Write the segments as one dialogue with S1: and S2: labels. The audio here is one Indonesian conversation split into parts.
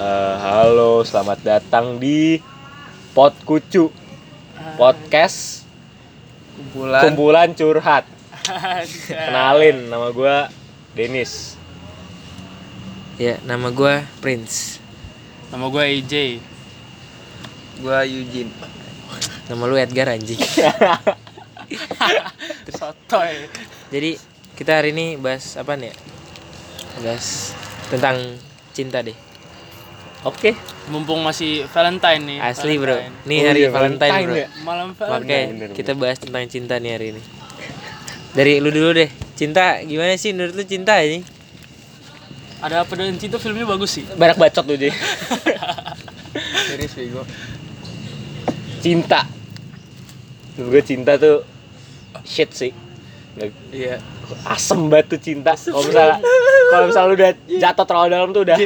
S1: Eh, halo, selamat datang di Pot Kucu
S2: Ah.
S1: Podcast
S3: kumpulan
S1: Kumpulan Curhat.
S3: Anjay.
S1: Kenalin, nama gua Denis.
S4: Ya, nama gua Prince.
S3: nama gue IJ
S2: Gua Yujin.
S4: Nama lu Edgar anjing.
S3: sotoy
S4: Jadi, kita hari ini bahas apa nih? ya? Bahas tentang cinta deh.
S1: Oke,
S3: mumpung masih Valentine nih
S4: Asli, Bro.
S3: Valentine.
S4: Nih
S1: Oh
S4: hari
S1: iya,
S4: Valentine,
S1: Valentine
S4: Bro.
S1: ya?
S3: malam
S4: Makanya
S3: Valentine
S1: Bener, bener.
S4: kita bahas tentang cinta nih hari ini. Dari lu dulu deh. Cinta gimana sih menurut lu cinta ini?
S3: ada apa dengan cinta filmnya bagus sih
S1: banyak bacot lu, Ji.
S2: Serius bego.
S1: Cinta. Menurut gua cinta tuh shit sih.
S2: Iya.
S1: Asem banget tuh cinta. Kalau misalnya kalau misalnya lu udah jatuh terlalu dalam tuh udah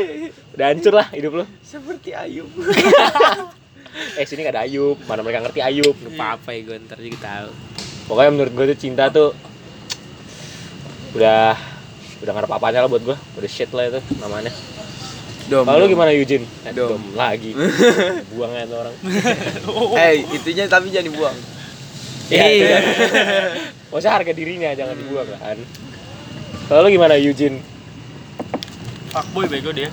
S1: udah hancur lah hidup lu.
S2: Seperti Ayub.
S1: Eh sini gak ada Ayub, mana mereka ngerti Ayub.
S4: Apa-apa ya gua ntar juga tahu.
S1: pokoknya menurut gue tuh cinta tuh udah udah ngarep apanya lah buat gue udah shit lah itu namanya
S2: Dom.
S1: kalau lu gimana Yujin Eh,
S2: Dom.
S1: dom lagi buang aja tuh orang
S2: Eh, itunya tapi jangan dibuang.
S1: ya
S4: Iya.
S1: iya. maksudnya harga dirinya jangan dibuang kan kalau lu gimana Yujin
S3: fuckboy bego dia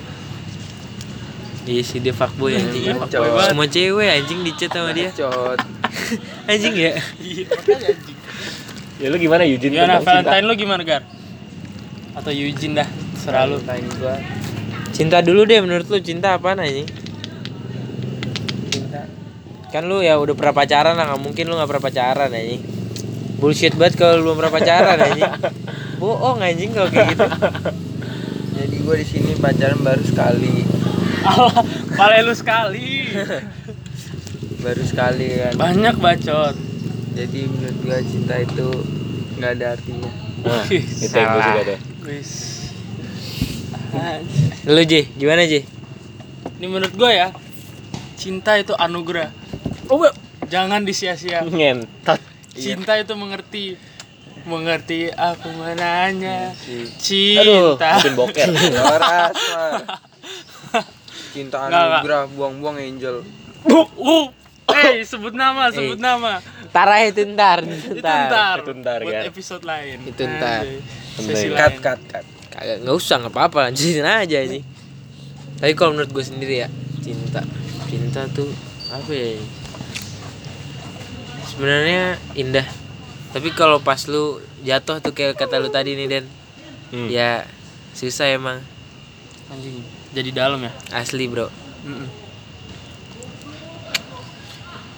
S4: Iya sih dia fuckboy anjing.
S3: Iya, fuckboy
S2: Cowok.
S3: banget
S4: Semua cewek anjing dicet sama dia.
S2: Cot.
S4: Anjing ya.
S3: Iya, makanya anjing.
S1: ya lu gimana Yujin tentang
S3: gimana
S1: cinta?
S3: Valentine lu gimana Gar atau Eugene dah serah lu
S2: Valentine gua
S4: Cinta dulu deh menurut lu cinta apaan anjing?
S2: cinta.
S4: kan lu ya udah pernah pacaran lah nggak mungkin lu nggak pernah pacaran anjing bullshit banget kalau lu belum pernah pacaran anjing bohong anjing kalau kayak gitu
S2: Jadi gua di sini pacaran baru sekali.
S3: Allah pale lu sekali
S2: Baru sekali kan.
S3: banyak bacot
S2: Jadi menurut gua cinta itu nggak ada artinya.
S1: nah, itu yang gue
S4: Salah.
S1: juga tuh
S3: wis
S4: lu J gimana J
S3: ini menurut gue ya cinta itu anugerah
S4: oh Iya.
S3: jangan disia-sia
S1: ngentot
S3: Cinta itu mengerti mengerti aku menanya
S4: Iya
S1: aduh
S3: cinta.
S1: bikin boker
S2: Loras, Mar. Cinta
S3: Nggak, nggak.
S2: anugerah buang-buang angel.
S3: Uh, hey, sebut nama, sebut
S4: Eh,
S3: nama.
S4: tarah itu ntar
S3: Itu
S4: ntar
S3: ntar.
S1: itu ntar,
S3: buat
S1: Gar.
S3: episode lain.
S4: Itu ntar.
S3: Anjay.
S1: Bentar,
S3: Sesi
S1: Gar.
S3: lain.
S2: Cut, cut, cut.
S4: kagak nggak usah nggak apa-apa lanjutin aja anjing tapi kalau menurut gue sendiri ya cinta cinta tuh apa ya sebenarnya indah tapi kalau pas lu jatuh tuh kayak kata lu tadi nih Den
S1: Hmm.
S4: ya susah emang
S3: Anjing. Jadi dalam ya.
S4: asli bro
S3: Mm-mm.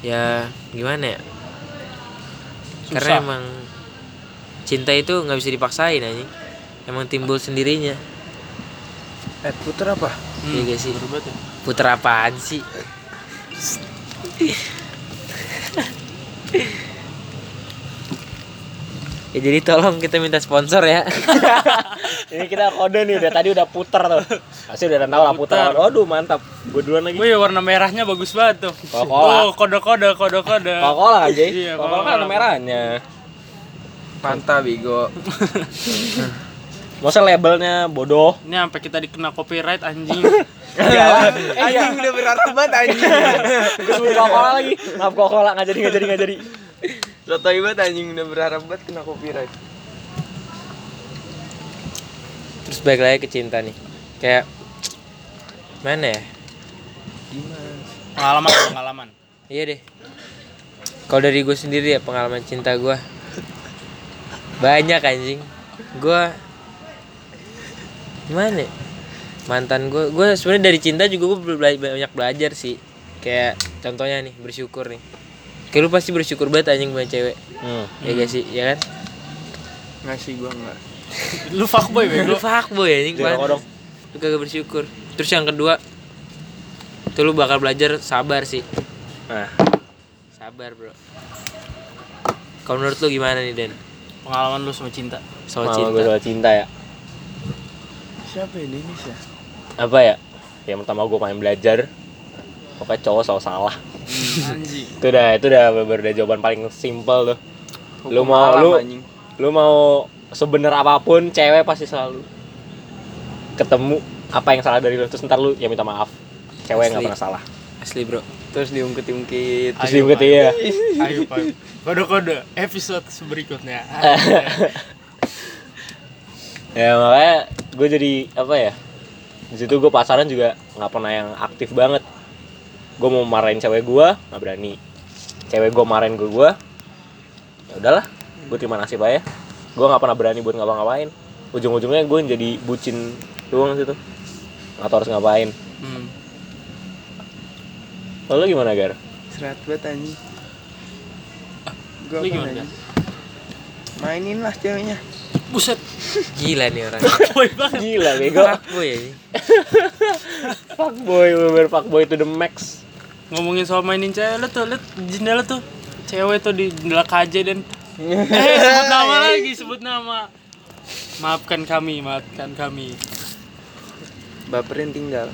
S4: ya gimana ya
S3: Susah.
S4: karena emang cinta itu nggak bisa dipaksain anjing emang timbul sendirinya
S2: Eh, puter apa?
S4: iya gak sih
S3: Bener banget ya.
S4: putra apaan sih ya jadi tolong kita minta sponsor ya
S1: ini kita kode nih udah tadi udah puter tuh pasti udah tahu lah puter
S3: Puter.
S1: waduh mantap gue duluan lagi
S3: Wih, iya. warna merahnya bagus banget tuh.
S1: Coca-Cola.
S3: Oh, kode-kode, kode-kode.
S1: Coca-Cola kan, Jay? Coca-Cola kan
S3: Iya,
S1: ada
S3: Coca-Cola.
S1: merahnya.
S2: Mantap, bego.
S1: Masa labelnya bodoh?
S3: Ini sampai kita dikena copyright anjing.
S2: Jalan. Eh,
S3: Iya.
S2: Anjing udah berharap banget anjing.
S1: Terus beli Coca-Cola lagi. Maaf Coca-Cola, nggak jadi, nggak jadi, nggak jadi.
S2: Sotoy banget anjing udah berharap banget kena copyright.
S4: terus balik lagi ke cinta nih kayak mana ya
S3: pengalaman, pengalaman.
S4: Iya deh. Kalau dari gue sendiri ya pengalaman cinta gue banyak anjing. Gue gimana? ya? Mantan gue, gue sebenarnya dari cinta juga gue banyak belajar sih. Kayak contohnya nih bersyukur nih. Kayak lu pasti bersyukur banget anjing punya cewek. Ya gak sih, ya kan?
S2: Ngasih gua enggak.
S3: Lu fuckboy
S4: Lu
S3: bego.
S4: fuckboy anjing
S1: Jangan
S4: parah.
S1: kodok.
S4: Lu kagak bersyukur. Terus yang kedua, tuh lu bakal belajar sabar sih.
S1: Nah,
S4: Sabar bro. Kalau menurut lu gimana nih Den?
S3: Pengalaman lu sama cinta.
S4: Soal
S1: pengalaman
S4: cinta.
S1: gue soal cinta ya.
S2: Siapa ini Denis ya?
S1: Apa ya? Yang pertama gue pengen belajar. Pokoknya cowok selalu salah.
S3: Hmm, anjing.
S1: Itu udah, itu udah bener udah jawaban paling simple tuh. Lu
S2: Hukum
S1: mau-
S2: alam,
S1: lu-
S2: anjing.
S1: Lu mau sebener apapun, cewek pasti selalu ketemu apa yang salah dari lu. Terus ntar lu ya minta maaf. cewek nggak
S4: Asli.
S1: pernah salah
S4: asli bro
S2: terus diungkit-ungkit
S1: terus diungkit iya
S3: Ayo Pak. Kode-kode episode berikutnya.
S1: ya makanya gue jadi apa ya di situ gue pasaran juga nggak pernah yang aktif banget gue mau marahin cewek gue nggak berani cewek gue marahin gue gue ya udahlah gue terima nasib aja gue nggak pernah berani buat ngapa-ngapain ujung-ujungnya gue jadi bucin doang situ nggak tahu harus ngapain
S3: Hmm.
S1: lalu gimana gar
S2: serat banget anjing gue
S3: Lu gimana?
S2: mainin lah ceweknya
S3: Buset,
S4: gila nih orang
S3: boy banget.
S1: gila bego
S4: fuck boy ya
S1: fuck boy bener fuck boy to the max
S3: Ngomongin soal mainin cewek lu tuh, lihat jendela tuh. Cewek tuh di jendela KJ dan eh sebut nama lagi, sebut nama. Maafkan kami, maafkan kami.
S2: baperin tinggal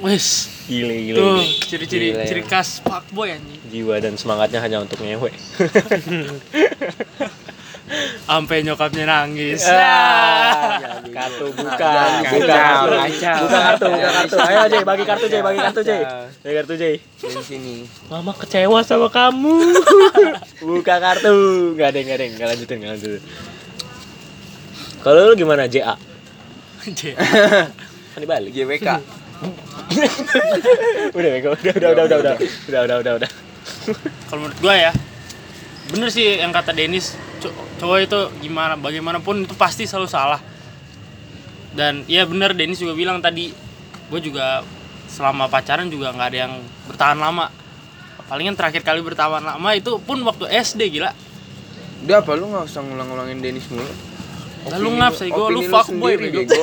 S3: Wes,
S1: gila gila,
S3: tuh
S1: gila.
S3: ciri-ciri
S2: Gila, ya.
S3: ciri khas fuckboy anjing.
S1: jiwa dan semangatnya hanya untuk ngewe
S3: Sampai nyokapnya nangis.
S1: Ah, kartu bukan,
S2: Kacau,
S1: bukan,
S2: kacau,
S1: bukan,
S2: kacau.
S1: bukan kartu, bukan kartu. Ayo Jay, bagi kartu Jay, bagi kartu Jay.
S2: Kacau.
S1: Bagi kartu Jay.
S2: dari sini
S1: Mama kecewa sama kamu. Buka kartu, nggak ada, nggak ada, nggak lanjutin, nggak lanjutin. Kalau lu gimana JA?
S3: J.
S1: Kan dibalik.
S2: GWK
S1: Udah, Bego. udah, udah, udah, udah, udah, udah, udah, udah, udah.
S3: Kalau menurut gua ya, bener sih yang kata Denis, co- cowok itu gimana bagaimanapun itu pasti selalu salah. Dan ya bener Denis juga bilang tadi, gue juga selama pacaran juga nggak ada yang bertahan lama. Palingan terakhir kali bertahan lama itu pun waktu SD gila.
S2: udah apa lu nggak usah ngulang-ngulangin Dennis mulu
S3: Lah, lu ngap sih gue, lu
S2: Opini
S3: fuckboy
S2: sendiri,
S3: bego.
S2: bego.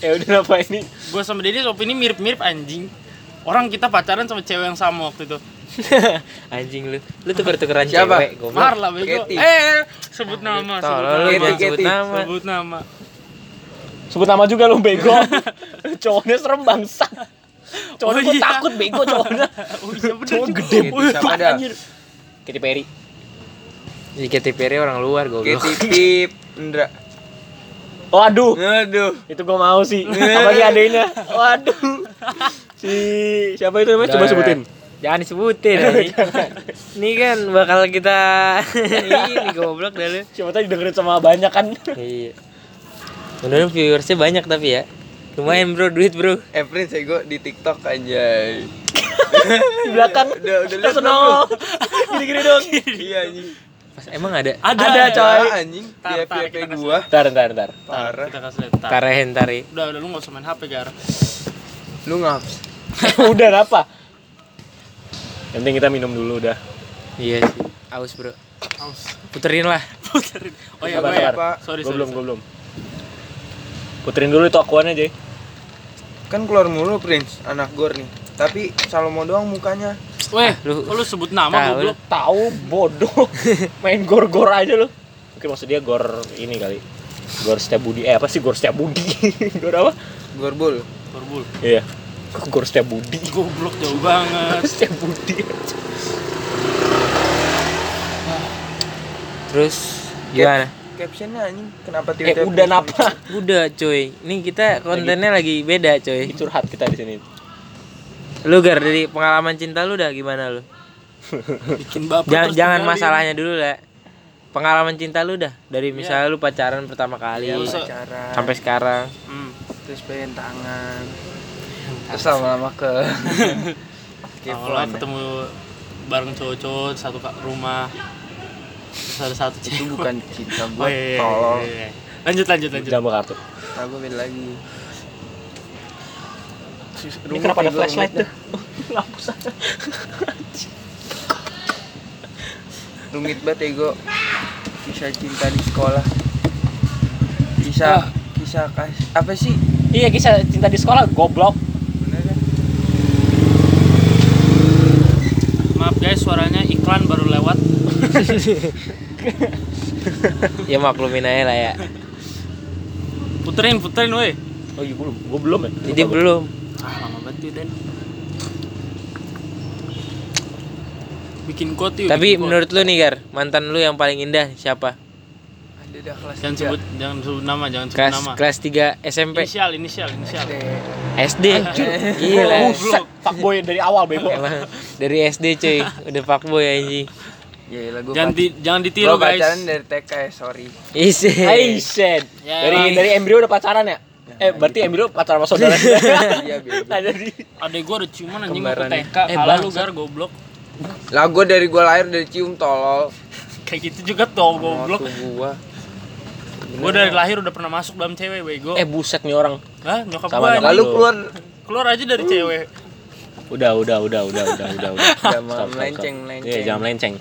S1: Ya udah apa ini?
S3: Gue sama Denis opini mirip-mirip anjing. Orang kita pacaran sama cewek yang sama waktu itu.
S4: anjing lu lu tuh pertukaran
S2: Siapa?
S4: cewek goblok
S3: Marla bego.
S2: Kety.
S3: Eh, Eh, eh, sebut nama, sebut
S4: tolol lu
S2: Kety,
S3: nama.
S4: jangan sebut
S2: Kety.
S4: nama
S3: Sebut nama.
S1: Sebut nama juga lu bego. Cowoknya serem bangsat. Cowoknya
S3: Oh,
S1: gua
S3: iya.
S1: takut bego cowoknya.
S3: Oh iya bener
S1: Cowok
S3: juga.
S1: gede
S2: Gitu,
S1: banget
S2: siapa dah?
S1: anjir. Katy Perry.
S4: di KTPR orang luar goblok
S2: Katy Pip Indra
S1: Waduh.
S2: aduh
S1: itu gua mau sih apalagi adanya waduh si siapa itu namanya coba
S4: Udah,
S1: sebutin
S4: jangan disebutin anjing. ini kan bakal kita ini goblok dah lu
S1: siapa tahu dengerin sama banyak kan
S4: iya mudah-mudahan viewersnya banyak tapi ya lumayan bro duit bro
S2: eh Prince ego di TikTok aja
S1: di belakang
S2: udah udah liat
S1: personal gini-gini dong
S2: belum? iya anjing
S4: Mas, emang ada
S3: Ada,
S1: Ada, coy.
S2: Ah, anjing di
S3: Tar, tar,
S2: FYP
S3: kita kasih.
S2: gua
S1: ntar ntar ntar
S2: parah
S3: Kita kasih lihat. Tar.
S4: tarahen tari
S3: Udah, udah lu gak usah main HP, Gar.
S2: lu ngaps
S1: udah apa yang penting kita minum dulu udah
S4: iya sih aus bro
S3: Aus.
S4: puterin lah
S3: Puterin. Oh iya,
S1: Sabar,
S3: gue ya.
S1: sabar.
S3: Sorry,
S1: Gua
S3: sorry.
S1: belum gua belum puterin dulu itu akuannya Jay
S2: kan keluar mulu Prince anak gor nih tapi Salomo doang mukanya
S3: Weh,
S4: lu.
S3: lu, lu sebut
S4: Tahu
S3: nama goblok.
S1: tahu bodoh main gor-gor aja lo mungkin maksud dia gor ini kali gor setiap budi eh apa sih gor setiap budi gor apa
S2: gorbol
S3: Berbul.
S1: iya Kok gor setiap budi
S3: Goblok jauh banget.
S1: setiap budi
S4: terus gimana
S2: captionnya anjing kenapa
S1: eh
S2: tiba-tiba
S1: udah
S2: Prince
S1: napa
S4: udah coy ini kita kontennya lagi beda coy
S1: curhat kita di sini
S4: lu gar dari pengalaman cinta lu udah gimana lu
S3: Bikin baper
S4: jangan
S3: terus
S4: jangan
S3: tinggalin.
S4: masalahnya dulu lah pengalaman cinta lu dah dari
S1: Iya.
S4: misalnya lu pacaran pertama kali
S3: Iya, masa-
S2: pacaran
S4: sampai sekarang
S3: Hmm.
S2: terus pengen tangan terus lama-lama ke
S3: Awalnya ketemu bareng cowok-cowok di satu ka- rumah. Terus ada satu
S2: itu
S3: cewek.
S2: bukan cinta
S3: Oh
S2: gua
S3: iya, iya,
S2: tolong
S3: iya, iya. Lanjut, lanjut, lanjut.
S1: udah mau kartu
S2: cinta Nah, gua beda lagi
S1: ini kenapa ada
S2: Rumah
S1: flashlight
S2: rumit
S1: tuh lampu sana
S2: dah. rumit banget ego kisah cinta di sekolah
S3: Ah.
S2: kisah kisah kas apa sih
S1: iya kisah cinta di sekolah goblok
S2: bener kan
S3: Maaf guys, suaranya iklan baru lewat.
S4: ya maklumin aja lah ya
S3: Puterin, puterin, weh.
S1: oh iya belum gue belum ya
S4: jadi belum
S3: Ah, lama banget tuh, Dan. Bikin quote yuk.
S4: tapi
S3: bikin quote.
S4: menurut lu nih gar mantan lu yang paling indah siapa
S2: ada udah kelas
S3: jangan Kan
S2: tiga.
S3: sebut
S1: Ya.
S3: jangan sebut nama jangan sebut
S4: kelas
S3: nama
S4: kelas 3 SMP
S3: inisial inisial inisial
S2: SD.
S4: SD gila
S1: Buset, fuckboy dari awal bego.
S4: Iya, emang dari SD cuy udah fuckboy anjing
S2: Gila gue
S3: jangan di- jangan ditiru
S2: Gue
S3: guys
S2: pacaran dari TK ya, sorry
S4: isi
S1: Hey, shit.
S3: Ya,
S1: Dari
S3: emang.
S1: dari embrio udah pacaran ya? Eh, berarti embrio pacaran sama saudara.
S2: Iya, bego.
S1: Nah, jadi
S3: adek gua udah ciuman anjing waktu
S4: Kembaran.
S3: TK
S4: Eh,
S3: kalah lu
S4: bangsat.
S3: gar goblok
S2: Lah gue dari gue lahir dari cium tolol
S3: kayak gitu juga tau goblok
S2: Waktu gue
S3: gua dari lahir udah pernah masuk dalam cewek bego
S1: eh buset nih orang.
S3: Hah, nyokap
S1: Sama
S3: gua
S1: nyokap
S2: Lalu
S3: anjing.
S1: lu.
S2: keluar
S3: keluar aja dari cewek
S1: Udah, udah, udah, udah, udah, udah, udah.
S2: Jangan
S1: Stop, stop,
S2: melenceng,
S1: stop.
S2: melenceng.
S1: Iya, jangan melenceng.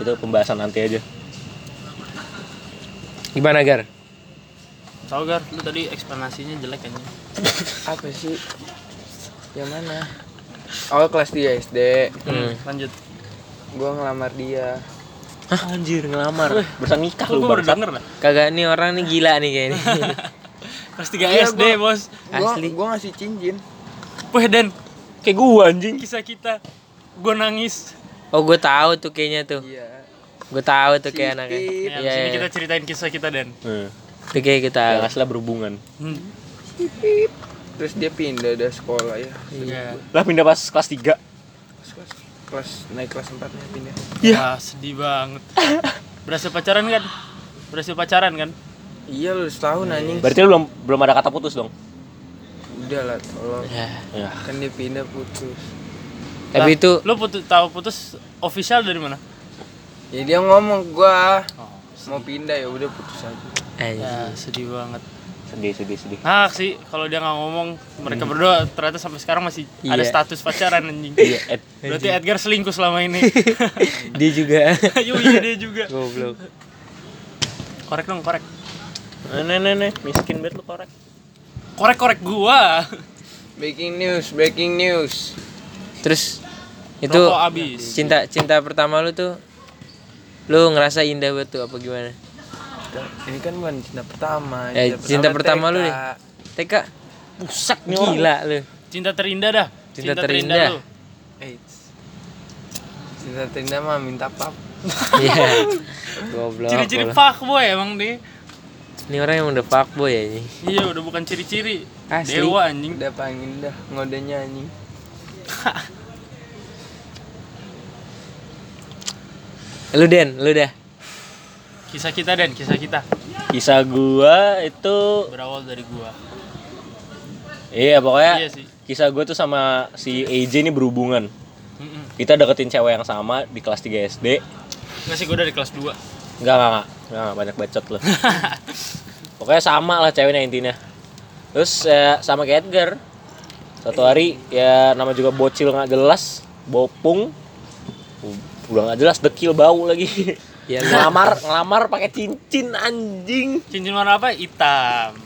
S1: Itu pembahasan nanti aja.
S4: gimana gar
S3: tau gar lu tadi eksplanasinya jelek anjing
S2: Apa sih? Yang mana? Oh kelas 3 SD
S3: hmm. lanjut
S2: Gue ngelamar dia
S1: Anjir, ngelamar. Bisa nikah lu,
S3: lu gua baru
S1: bangsat.
S3: denger lah
S4: kagak nih orang nih gila nih kayaknya
S3: kelas 3
S2: Iya,
S3: SD
S2: gua-
S3: bos
S2: Gua,
S4: Asli.
S2: Gue ngasih cincin
S3: weh dan
S1: Kayak gua anjing.
S3: kisah kita gua nangis
S4: oh gue tahu tuh kayaknya tuh
S2: Iya
S4: gue tahu tuh kayak
S2: Siti.
S4: anaknya
S3: ya,
S4: iya
S3: abis ini
S4: iya.
S3: kita ceritain kisah kita dan
S1: Heeh.
S4: tuh kayak gitu. kita
S1: Ya, lah Iya. berhubungan.
S3: hmm.
S2: Terus dia pindah dari sekolah ya
S3: iya
S1: Lah pindah pas kelas 3.
S2: Terus kelas, kelas naik kelas 4 nya pindah
S3: ya sedih banget berhasil pacaran kan berhasil pacaran kan
S2: Iya lu setahun anjing
S1: Berarti lu belum belum ada kata putus dong.
S2: Udah lah tolong
S4: Ya.
S1: Ya.
S2: Kan dia pindah putus
S4: tapi
S3: Lah,
S4: itu
S3: lu putus tahu putus official dari mana
S2: Ya dia ngomong gua
S3: oh,
S2: mau pindah ya udah putus aja
S4: anjing
S3: ya sedih banget
S1: Sedih, sedih, sedih.
S3: Nah sih kalau dia nggak ngomong mereka berdua ternyata sampai sekarang masih
S4: Hmm.
S3: ada
S4: Iya.
S3: status pacaran anjing.
S1: Iya, Ed.
S3: Berarti Edgar selingkuh selama ini.
S4: dia juga
S3: Yo iya dia juga.
S4: goblok
S3: Korek dong korek.
S1: Nih, nih, nih, miskin banget lu korek.
S3: Korek korek gua.
S2: Breaking news, breaking news
S4: terus itu
S3: Rokok habis.
S4: cinta cinta pertama lu tuh lu ngerasa indah banget tuh apa gimana
S2: Ini kan bukan cinta pertama
S4: Eh, cinta pertama lu
S2: TK.
S4: nih. TK
S1: Buset nih orang.
S4: gila lu
S3: Cinta terindah dah.
S4: Cinta terindah.
S3: lu.
S2: Eits. Eh, Cinta terindah mah minta pap
S4: iya goblok
S3: Ciri-ciri
S4: goblok.
S3: fuckboy emang deh.
S4: ini orang yang udah fuckboy ya ini
S3: Iya udah bukan ciri-ciri.
S4: Asli.
S3: Dewa anjing.
S2: Udah paling indah ngodenya anjing
S4: lu den lu dah
S3: Kisah kita dan kisah kita
S1: Kisah gua itu
S3: berawal dari gua.
S1: Iya pokoknya
S3: Iya sih.
S1: kisah gue tuh sama si AJ ini berhubungan.
S3: Mm-mm.
S1: Kita deketin cewek yang sama di kelas 3 SD.
S3: Nggak sih gua dari kelas 2
S1: Enggak enggak enggak, Enggak, enggak, banyak bacot loh. pokoknya sama lah ceweknya intinya. Terus ya, sama kayak Edgar. Satu hari ya nama juga bocil nggak jelas, bopung. Udah nggak jelas dekil bau lagi.
S4: Ya, lu-
S1: ngelamar ngelamar pakai cincin anjing.
S3: Cincin warna apa? Hitam.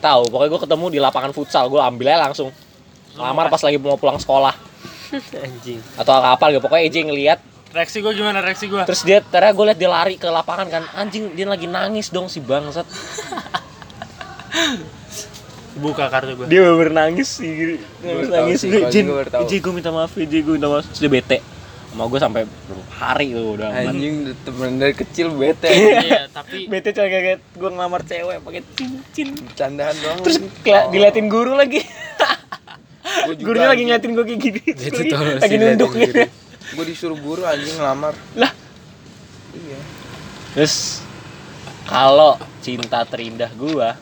S1: Tahu, pokoknya gue ketemu di lapangan futsal, gue ambil aja langsung. Ngelamar pas lagi mau pulang sekolah.
S4: anjing
S1: atau apa gitu pokoknya Eji ngeliat
S3: Reaksi gua gimana reaksi gua?
S1: terus dia ternyata gue liat dia lari ke lapangan kan anjing dia lagi nangis dong si bangsat
S3: Buka kartu gua.
S1: dia bener nangis sih nangis
S2: Gua tahu
S1: nangis
S2: sih,
S1: dia
S2: kalau
S1: Jin
S2: gua baru tahu."
S1: Eji gue minta maaf Eji gue minta maaf terus dia bete sama gue sampai berapa hari tuh udah
S2: Anjing udah temen dari kecil bete
S3: Iya, tapi
S1: bete cuma kayak gue ngelamar cewek pakai cincin
S2: Candaan doang
S1: terus kela- diliatin guru lagi gurunya lagi ngeliatin gue kayak gini
S4: Dia
S1: Gua
S4: tuh tolol
S1: lagi,
S4: sih
S1: lagi
S4: ngeliatin
S1: nunduk
S4: guru.
S1: gitu
S2: Gue disuruh guru anjing ngelamar
S1: lah
S2: Iya
S1: Terus kalau cinta terindah gua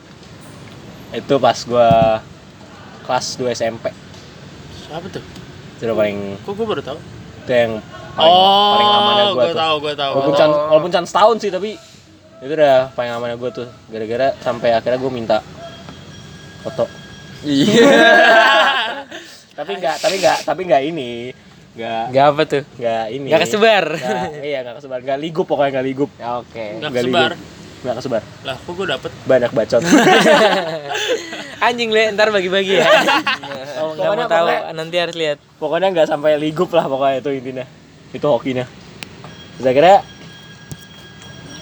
S1: itu pas gua kelas 2 SMP.
S3: siapa tuh?
S1: Itu udah paling
S3: Kok gua baru tahu?
S1: itu yang paling,
S3: oh,
S1: paling lamanya gua,
S3: gua
S1: tuh.
S3: tahu, gua tahu.
S1: Walaupun can, walaupun can setahun sih tapi itu udah paling lamanya gua tuh gara-gara sampai akhirnya gua minta foto.
S2: Iya
S1: Tapi enggak, tapi enggak, tapi enggak ini. Enggak
S4: gak apa tuh
S1: enggak ini.
S4: gak Ya, kesebar
S1: Nggak- iya, enggak kesebar. Enggak ligup pokoknya enggak ligup. Oke.
S3: Nggak kesebar.
S1: Enggak kesebar.
S3: Lah, kok gua dapet?
S1: Banyak bacot.
S4: anjing le ntar bagi-bagi ya oh, nggak
S1: Pokoknya-
S4: mau tahu
S1: pokoknya-
S4: nanti harus lihat
S1: pokoknya nggak sampai ligup lah pokoknya itu intinya itu hokinya terus akhirnya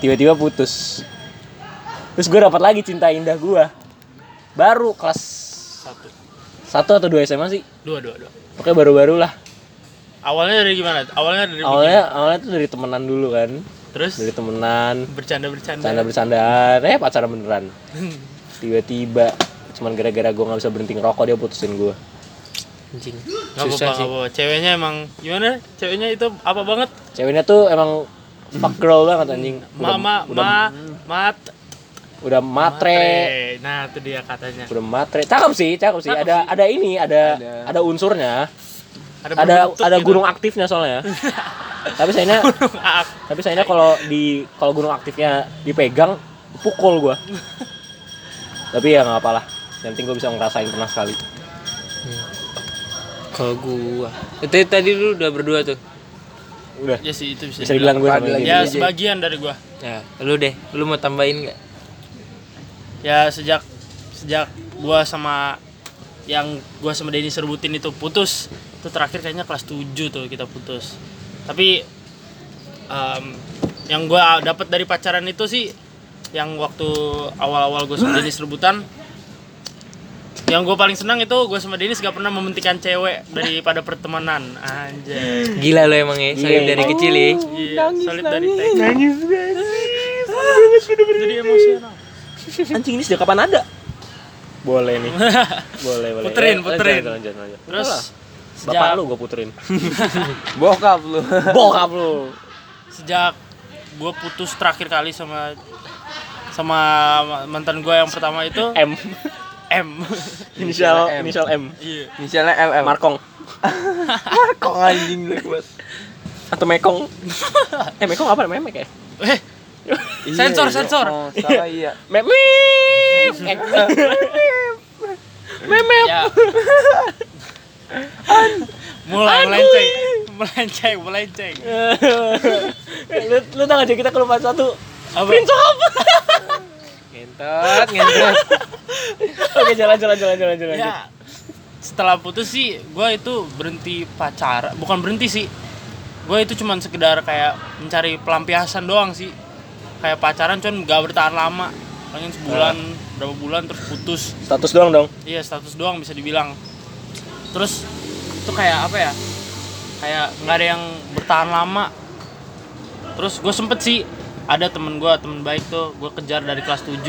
S1: tiba-tiba putus terus gue dapat lagi cinta indah gue baru kelas
S3: Satu.
S1: satu atau dua SMA sih
S3: Dua, dua, dua.
S1: pokoknya baru-baru lah
S3: Awalnya dari gimana? Awalnya dari
S1: awalnya awalnya tuh dari temenan dulu kan
S3: terus
S1: dari temenan
S3: bercanda bercanda
S1: bercanda bercandaan eh pacaran beneran tiba-tiba cuman gara-gara gue nggak bisa berhenti ngerokok dia putusin gue
S4: anjing
S3: nggak apa-apa
S4: susah sih
S3: nggak apa-apa. ceweknya emang gimana ceweknya itu apa banget
S1: ceweknya tuh emang fuck girl banget anjing
S3: ma ma ma
S1: Hmm.
S3: mat
S1: udah matre
S3: matre. nah itu dia katanya
S1: udah matre cakep sih cakep sih ada ada ini ada ada, unsurnya ada
S3: berbentuk
S1: ada
S3: gitu.
S1: gunung aktifnya soalnya tapi sayangnya
S3: Ak.
S1: tapi sayangnya kalau di kalau gunung aktifnya dipegang pukul gua tapi ya nggak apalah yang penting gua bisa ngerasain pernah sekali
S4: kalau gua itu tadi lu udah berdua tuh
S1: udah
S3: ya sih itu
S1: Iya
S3: bisa
S1: bisa dibilang gitu gue sama
S2: Lagi-
S1: ini.
S3: ya
S2: Jadi-
S3: sebagian dari gua
S4: ya lu deh lu mau tambahin nggak
S3: ya sejak sejak gua sama yang gua sama Denny serbutin itu putus itu terakhir kayaknya kelas 7 tuh kita putus tapi em, yang gua dapat dari pacaran itu sih yang waktu awal-awal gua sama Denny serbutan yang gue paling senang itu gue sama Dennis gak pernah mementingkan cewek daripada pertemanan anjay
S4: gila lu emang ya solid
S1: Iya.
S4: dari kecil ya
S3: Iya, solid dari TK. Nangis Jadi emosional.
S1: anjing ini sejak kapan ada boleh nih boleh boleh
S3: Puterin,
S1: Eh,
S3: puterin.
S1: lanjut, lanjut, lanjut.
S3: Terus
S1: bapak
S3: sejak
S1: lu gue puterin
S2: Bokap lu.
S1: bokap lu
S3: sejak gue putus terakhir kali sama sama mantan gue yang pertama itu
S1: M
S3: M.
S1: inisial
S2: M.
S1: inisial M
S3: Iya.
S2: Misalnya LM.
S1: Markong
S2: Kok anjing lu buat.
S1: atau Mekong eh Mekong apa namanya Mek ya
S3: Eh, Sensor, sensor.
S2: Oh, salah iya.
S1: Memip Eh, Memip
S3: ya. mulai melenceng, melenceng, melenceng.
S1: Eh, lu, lu tau gak sih kita kelompat satu
S3: Apa?
S1: Prince of
S2: Ngentot, ngentot.
S1: Oke jalan jalan jalan jalan jalan
S3: Ya. Setelah putus sih, gue itu berhenti pacaran, bukan berhenti sih. Gue itu cuman sekedar kayak mencari pelampiasan doang sih. Kayak pacaran cuman gak bertahan lama. Paling sebulan, berapa bulan terus putus.
S1: Status doang dong
S3: Iya status doang bisa dibilang. Terus itu kayak apa ya? Kayak nggak ada yang bertahan lama. Terus gue sempet sih ada temen gue temen baik tuh gue kejar dari kelas 7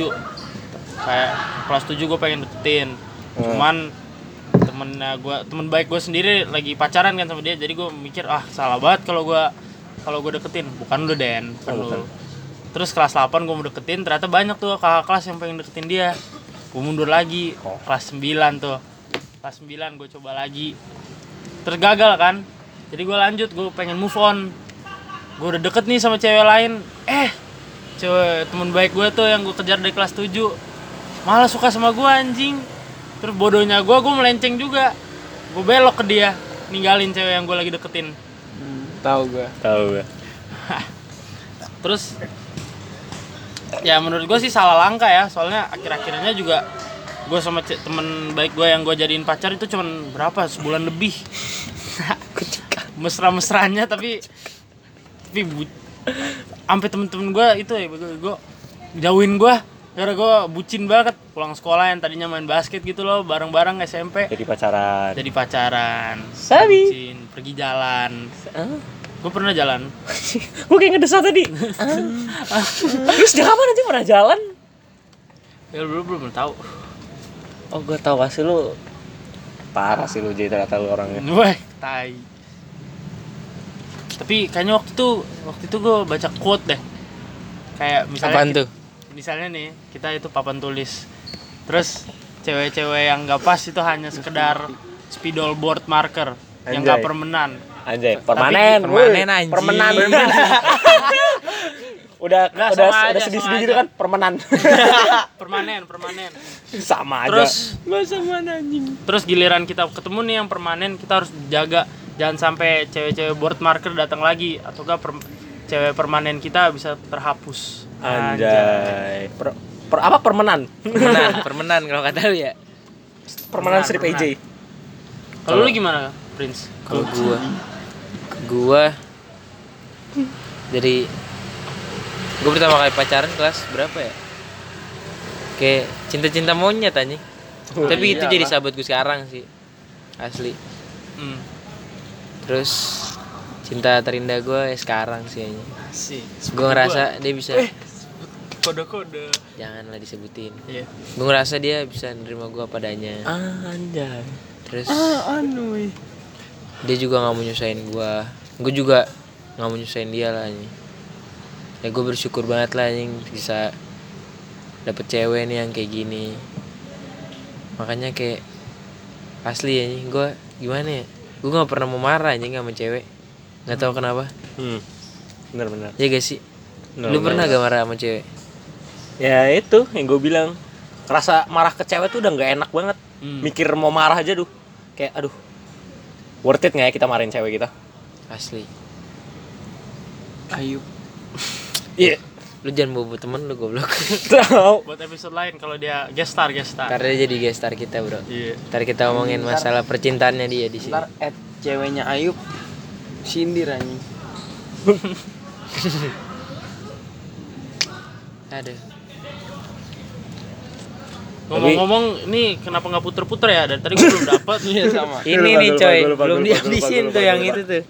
S3: kayak kelas 7 gue pengen deketin cuman temennya gue temen baik gue sendiri lagi pacaran kan sama dia jadi gue mikir ah salah banget kalau gue kalau gue deketin bukan lu Den bukan lu. terus kelas 8 gue mau deketin ternyata banyak tuh kakak kelas yang pengen deketin dia gue mundur lagi kelas 9 tuh kelas 9 gue coba lagi terus gagal kan jadi gue lanjut gue pengen move on gue udah deket nih sama cewek lain eh cewek temen baik gue tuh yang gue kejar dari kelas 7 malah suka sama gue anjing terus bodohnya gue gue melenceng juga gue belok ke dia ninggalin cewek yang gue lagi deketin
S2: Tahu gua.
S1: Tahu gue
S3: terus ya menurut gue sih salah langkah ya soalnya akhir-akhirnya juga gue sama ce- temen baik gue yang gue jadiin pacar itu cuman berapa sebulan lebih mesra-mesranya tapi tapi bu- sampai temen-temen gue itu ya gue jauhin gue karena gue bucin banget pulang sekolah yang tadinya main basket gitu loh bareng-bareng SMP
S1: Jadi pacaran
S3: jadi pacaran
S1: Sabi.
S3: bucin, pergi jalan gue pernah jalan
S1: Gue kayak ngedesa tadi Terus sejak kapan nanti pernah jalan?
S3: ya belum belum tahu
S1: Oh gue tau pasti lu Parah sih lu jadi ternyata lu orangnya
S3: Wah, tai. Tapi kayaknya waktu itu waktu itu gue baca quote deh. Kayak misalnya
S4: apaan tuh
S3: misalnya nih, kita itu papan tulis. Terus cewek-cewek yang gak pas itu hanya sekedar spidol board marker yang
S1: Anjay.
S3: gak permenan.
S1: Anjay permanen woy.
S4: permanen, anjing.
S1: Permenan Udah
S3: Nah,
S1: udah,
S3: sama
S1: udah
S3: aja,
S1: sedih-sedih
S3: sama
S1: gitu
S3: aja.
S1: kan permenan
S3: Permanen, permanen.
S1: Sama aja
S3: Terus
S2: Masa mana anjing?
S3: terus giliran kita ketemu nih yang permanen, kita harus jaga jangan sampai cewek-cewek board marker datang lagi atau gak per- cewek permanen kita bisa terhapus.
S1: Anjay Per- per- Apa permenan?
S4: permenan permenan kalau kata lu ya
S1: Permenan
S3: Permenan,
S1: strip
S3: permenan.
S1: AJ
S3: Kalau lu gimana, Prince?
S4: kalau gua gua dari gua pertama kali pacaran kelas berapa ya kayak cinta-cinta monyet anjing
S1: Iya
S4: tapi itu jadi sahabat gue sekarang sih asli
S3: Hmm.
S4: terus cinta terindah gue sekarang sih anjing.
S3: sih
S4: gue ngerasa dia bisa
S2: Eh.
S3: kode kode
S4: janganlah disebutin
S3: iya
S4: gue ngerasa dia bisa nerima gue apa adanya
S2: Ah, anjay.
S4: terus
S2: Anui.
S4: dia juga nggak mau nyusahin gue gue juga nggak mau nyusahin dia lah anjing. ya gue bersyukur banget lah anjing bisa dapet cewek nih yang kayak gini makanya kayak asli anjing gue gimana ya gue nggak pernah mau marah anjing sama cewek nggak tahu kenapa
S1: hmm. bener bener
S4: ya gak sih
S1: Bener,
S4: lu
S1: bener.
S4: pernah gak marah sama cewek
S1: ya itu yang gue bilang rasa marah ke cewek tuh udah nggak enak banget
S3: Hmm.
S1: mikir mau marah aja duh kayak aduh worth it nggak ya kita marahin cewek kita
S4: asli
S2: Ayub.
S1: iya
S4: lu jangan bobo temen lu goblok
S1: tahu
S3: buat episode lain kalau dia guest star guest star
S4: karena dia jadi guest star kita bro
S3: iya
S4: ntar kita ngomongin masalah percintaannya dia di sini
S2: Ntar add ceweknya Ayub sindir anjing.
S4: aduh
S3: ngomong-ngomong ini kenapa nggak puter-puter ya dari tadi gue belum dapat
S2: Iya sama.
S4: ini
S1: lupa,
S4: nih
S1: gua lupa,
S4: coy
S1: gua lupa,
S4: belum
S1: gua lupa,
S4: dihabisin
S1: gua lupa,
S4: tuh
S1: gua
S4: yang
S1: lupa.
S4: itu tuh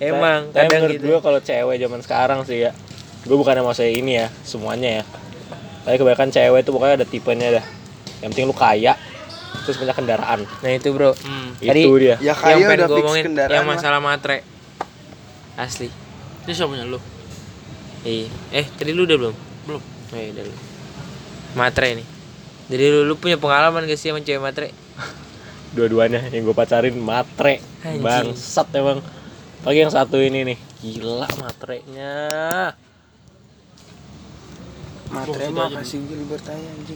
S4: emang
S1: tapi
S4: kadang
S1: menurut
S4: gitu
S1: gue kalau cewek zaman sekarang sih ya gue bukan mau saya ini ya semuanya ya tapi kebanyakan cewek tuh pokoknya ada tipenya dah yang penting lu kaya terus punya kendaraan
S4: nah itu bro
S3: hmm.
S4: Tadi-
S1: itu dia
S2: Ya
S4: yang
S2: kaya
S4: pengen gue
S2: udah fix
S4: ngomongin
S2: kendaraan.
S4: yang
S2: lah.
S4: masalah matre asli
S3: ini siapa punya lu
S4: iya eh tadi lu udah belum
S3: belum
S4: oh, iya, udah lu matre nih jadi lu, lu punya pengalaman gak sih sama cewek matre
S1: dua-duanya yang gue pacarin matre
S4: Anjing.
S1: bangsat emang pagi yang satu ini nih gila matrenya
S2: Materi mah kasih gue bertanya anjing.